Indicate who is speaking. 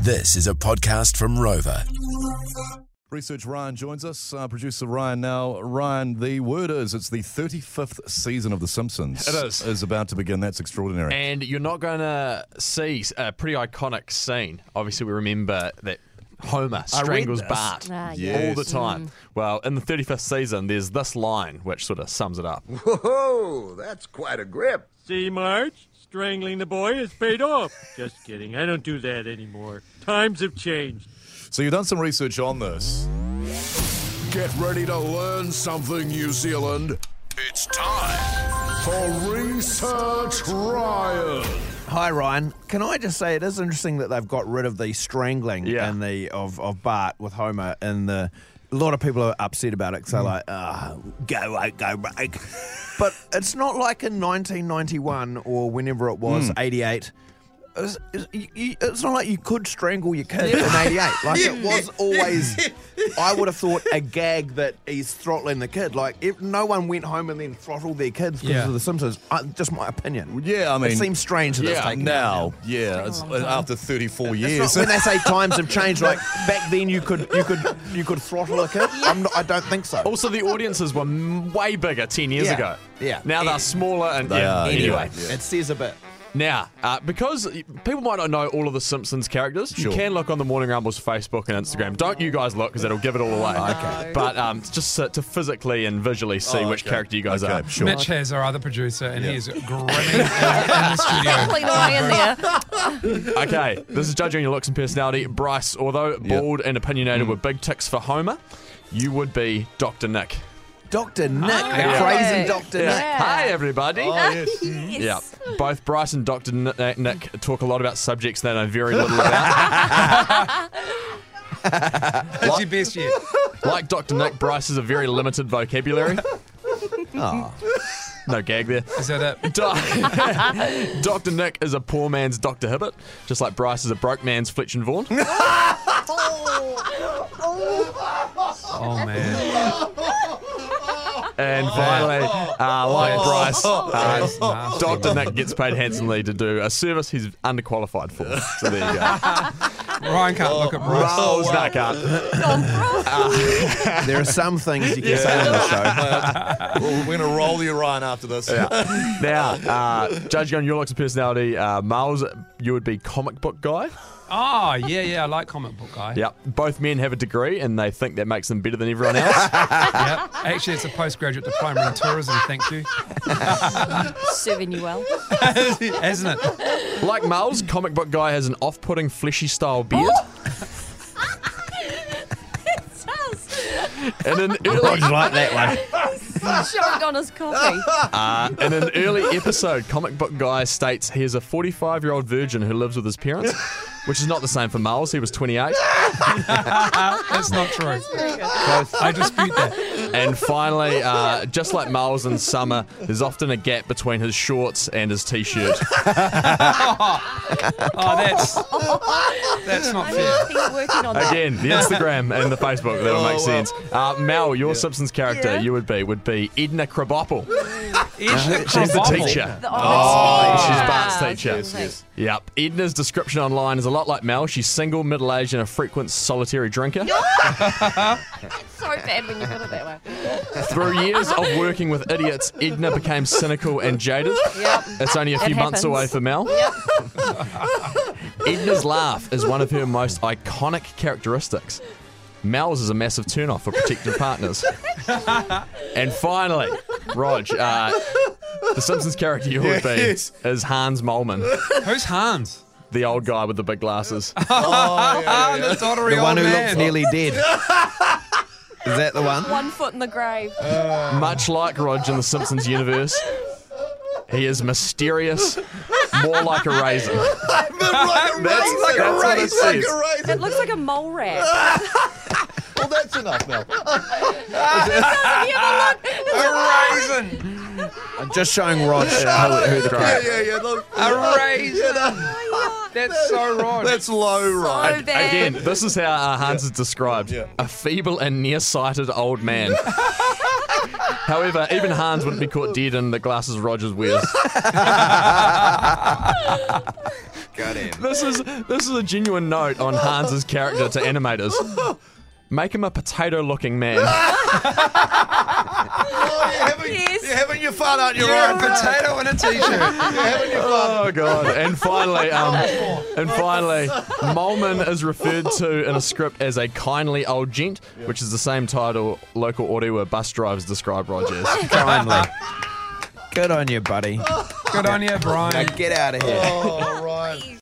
Speaker 1: This is a podcast from Rover.
Speaker 2: Research Ryan joins us, uh, producer Ryan now. Ryan, the word is it's the 35th season of The Simpsons.
Speaker 3: It is.
Speaker 2: Is about to begin. That's extraordinary.
Speaker 3: And you're not going to see a pretty iconic scene. Obviously, we remember that Homer strangles
Speaker 2: this.
Speaker 3: Bart
Speaker 4: Ah,
Speaker 3: all
Speaker 4: yeah.
Speaker 3: the time. Well, in the 35th season, there's this line which sort of sums it up.
Speaker 5: Whoa, that's quite a grip.
Speaker 6: See, Marge, strangling the boy has paid off. Just kidding. I don't do that anymore. Times have changed.
Speaker 2: So you've done some research on this.
Speaker 1: Get ready to learn something, New Zealand. It's time for Research Ryan.
Speaker 7: Hi Ryan, can I just say it is interesting that they've got rid of the strangling
Speaker 3: Yeah.
Speaker 7: and the of, of Bart with Homer and the a lot of people are upset about it because they're
Speaker 3: Mm.
Speaker 7: like, ah, go away, go break. but it's not like in 1991 or whenever it was,
Speaker 3: Mm.
Speaker 7: 88. It was- it's- you- you- It's not like you could strangle your kid in 88. Like, it was always, I would have thought, a gag that he's throttling the kid. Like, if no one went home and then throttled their kids because
Speaker 3: Yeah.
Speaker 7: of The Simpsons. I, just my opinion.
Speaker 2: Yeah, I mean.
Speaker 7: It seems strange that it's
Speaker 2: Yeah,
Speaker 7: taken out
Speaker 2: now. Yeah, it's, after 34 years.
Speaker 7: It's not when they say times have changed, like back then you could you could you could throttle a kid. I'm not, I don't think so.
Speaker 3: Also, the audiences were m- way bigger 10 years
Speaker 7: Yeah.
Speaker 3: ago.
Speaker 7: Yeah.
Speaker 3: Now
Speaker 7: Yeah.
Speaker 3: they're smaller. and
Speaker 2: They
Speaker 3: yeah,
Speaker 2: are, yeah.
Speaker 3: Anyway.
Speaker 7: it says a bit.
Speaker 3: Now, uh, because people might not know all of the Simpsons characters,
Speaker 2: Sure.
Speaker 3: you can look on the Morning Rumble's Facebook and Instagram. Don't you guys look because that'll give it all away. okay. But um, just to, to physically and visually see
Speaker 2: Oh,
Speaker 3: which
Speaker 2: okay.
Speaker 3: character you guys
Speaker 2: Okay,
Speaker 3: are.
Speaker 2: sure.
Speaker 8: Mitch has our other producer, and he's he is grinning in, in the studio.
Speaker 4: Definitely not in there.
Speaker 3: Okay, this is judging your looks and personality. Bryce, although bald and
Speaker 4: Mm.
Speaker 3: opinionated were big ticks for Homer, you would be Dr. Nick.
Speaker 8: Oh,
Speaker 7: Doctor Nick,
Speaker 4: yeah.
Speaker 7: the crazy
Speaker 4: Yeah.
Speaker 7: Doctor
Speaker 4: Yeah. Oh,
Speaker 7: Nick.
Speaker 3: Hi, everybody.
Speaker 4: yes.
Speaker 3: Yeah. Both Bryce and Dr. N- uh, Nick talk a lot about subjects they know very little about.
Speaker 8: That's your best yet.
Speaker 3: like Dr. Nick, Bryce has a very limited vocabulary.
Speaker 4: Ah.
Speaker 3: No gag there.
Speaker 8: Is that it?
Speaker 3: Do- Dr. Nick is a poor man's Dr. Hibbert, just like Bryce is a broke man's Fletch and Vaughan.
Speaker 8: Oh man,
Speaker 3: And finally, uh, like
Speaker 4: Oh.
Speaker 3: Bryce, uh,
Speaker 8: That's nasty.
Speaker 3: Dr. Nick gets paid handsomely to do a service he's underqualified for. So there you go.
Speaker 8: Ryan can't look at Bryce.
Speaker 3: Rolls Nick up.
Speaker 7: There are some things you can say on the show.
Speaker 2: Well, we're going to roll you, Ryan, after this.
Speaker 3: Now, uh, judging on your looks and personality, uh, Miles, you would be comic book guy.
Speaker 8: Oh yeah, yeah, I like comic book guy.
Speaker 3: Yep. Both men have a degree and they think that makes them better than everyone else.
Speaker 8: Yep. Actually, it's a postgraduate diploma in tourism. Thank you,
Speaker 4: Serving you well.
Speaker 8: hasn't it?
Speaker 3: like Miles, comic book guy has an off-putting fleshy style beard. And an early,
Speaker 7: like that one.
Speaker 4: Shoved on his coffee.
Speaker 3: Uh, in an early episode, comic book guy states he is a 45-year-old virgin who lives with his parents, which is not the same for Miles. He was 28.
Speaker 8: That's not true. I dispute that.
Speaker 3: And finally, uh, just like Miles in summer, there's often a gap between his shorts and his t-shirt.
Speaker 8: Oh, that's that's not
Speaker 4: I
Speaker 8: fair.
Speaker 4: keep working on that.
Speaker 3: Again, the Instagram and the Facebook,
Speaker 2: Oh,
Speaker 3: that'll
Speaker 2: wow.
Speaker 3: make sense. Uh, Mel, your Simpsons character
Speaker 4: Yeah.
Speaker 3: you would be would be Edna Krabappel.
Speaker 8: Edna
Speaker 3: She's the
Speaker 8: Krabappel.
Speaker 3: teacher.
Speaker 4: The- oh,
Speaker 3: she's
Speaker 4: yeah.
Speaker 3: Bart's teacher.
Speaker 4: Yes, yes.
Speaker 3: Yep. Edna's description online is a lot like Mel. She's single, middle aged, and a frequent solitary drinker.
Speaker 4: So bad when you put it that way.
Speaker 3: Through years of working with idiots, Edna became cynical and jaded.
Speaker 4: Yep.
Speaker 3: It's only a
Speaker 4: It
Speaker 3: few months
Speaker 4: happens.
Speaker 3: away for Mel. Edna's laugh is one of her most iconic characteristics. Mel's is a massive turnoff for protective partners. and finally, Rog, uh, the Simpsons character you would be
Speaker 2: Yes.
Speaker 3: is Hans Molman,
Speaker 8: Who's Hans?
Speaker 3: the old guy with the big glasses.
Speaker 8: Ah, the doddery
Speaker 7: The
Speaker 8: old
Speaker 7: one who looks
Speaker 8: man.
Speaker 7: nearly dead. Is that the one?
Speaker 4: One foot in the grave.
Speaker 3: Much like Rog in the Simpsons universe, he is mysterious, more like a raisin.
Speaker 2: like a
Speaker 3: That's-
Speaker 2: raisin.
Speaker 3: that's what it
Speaker 2: It's like
Speaker 3: says.
Speaker 2: a raisin.
Speaker 4: It looks like a mole rat.
Speaker 2: Well, that's enough now.
Speaker 8: a raisin.
Speaker 7: I'm just showing Rod who, who the
Speaker 2: Yeah,
Speaker 7: crowd.
Speaker 2: yeah, yeah. Look,
Speaker 8: A raisin. That's so wrong.
Speaker 2: that's low, Ryan.
Speaker 4: So bad.
Speaker 3: Again, this is how uh, Hans is described
Speaker 2: Yeah.
Speaker 3: a feeble and nearsighted old man. However, even Hans wouldn't be caught dead in the glasses Rogers wears.
Speaker 5: Got him.
Speaker 3: This is this is a genuine note on Hans's character to animators. Make him a potato-looking man.
Speaker 4: Yes.
Speaker 7: having your fun, aren't you?
Speaker 8: You're a potato in a t-shirt.
Speaker 3: Oh god! And finally, um, and finally, Molman is referred to in a script as a kindly old gent, which is the same title local Orewa bus drivers describe Rogers.
Speaker 7: Kindly. Good on you, buddy.
Speaker 8: Good on you, Brian.
Speaker 7: Now get out of here.
Speaker 2: Oh, right.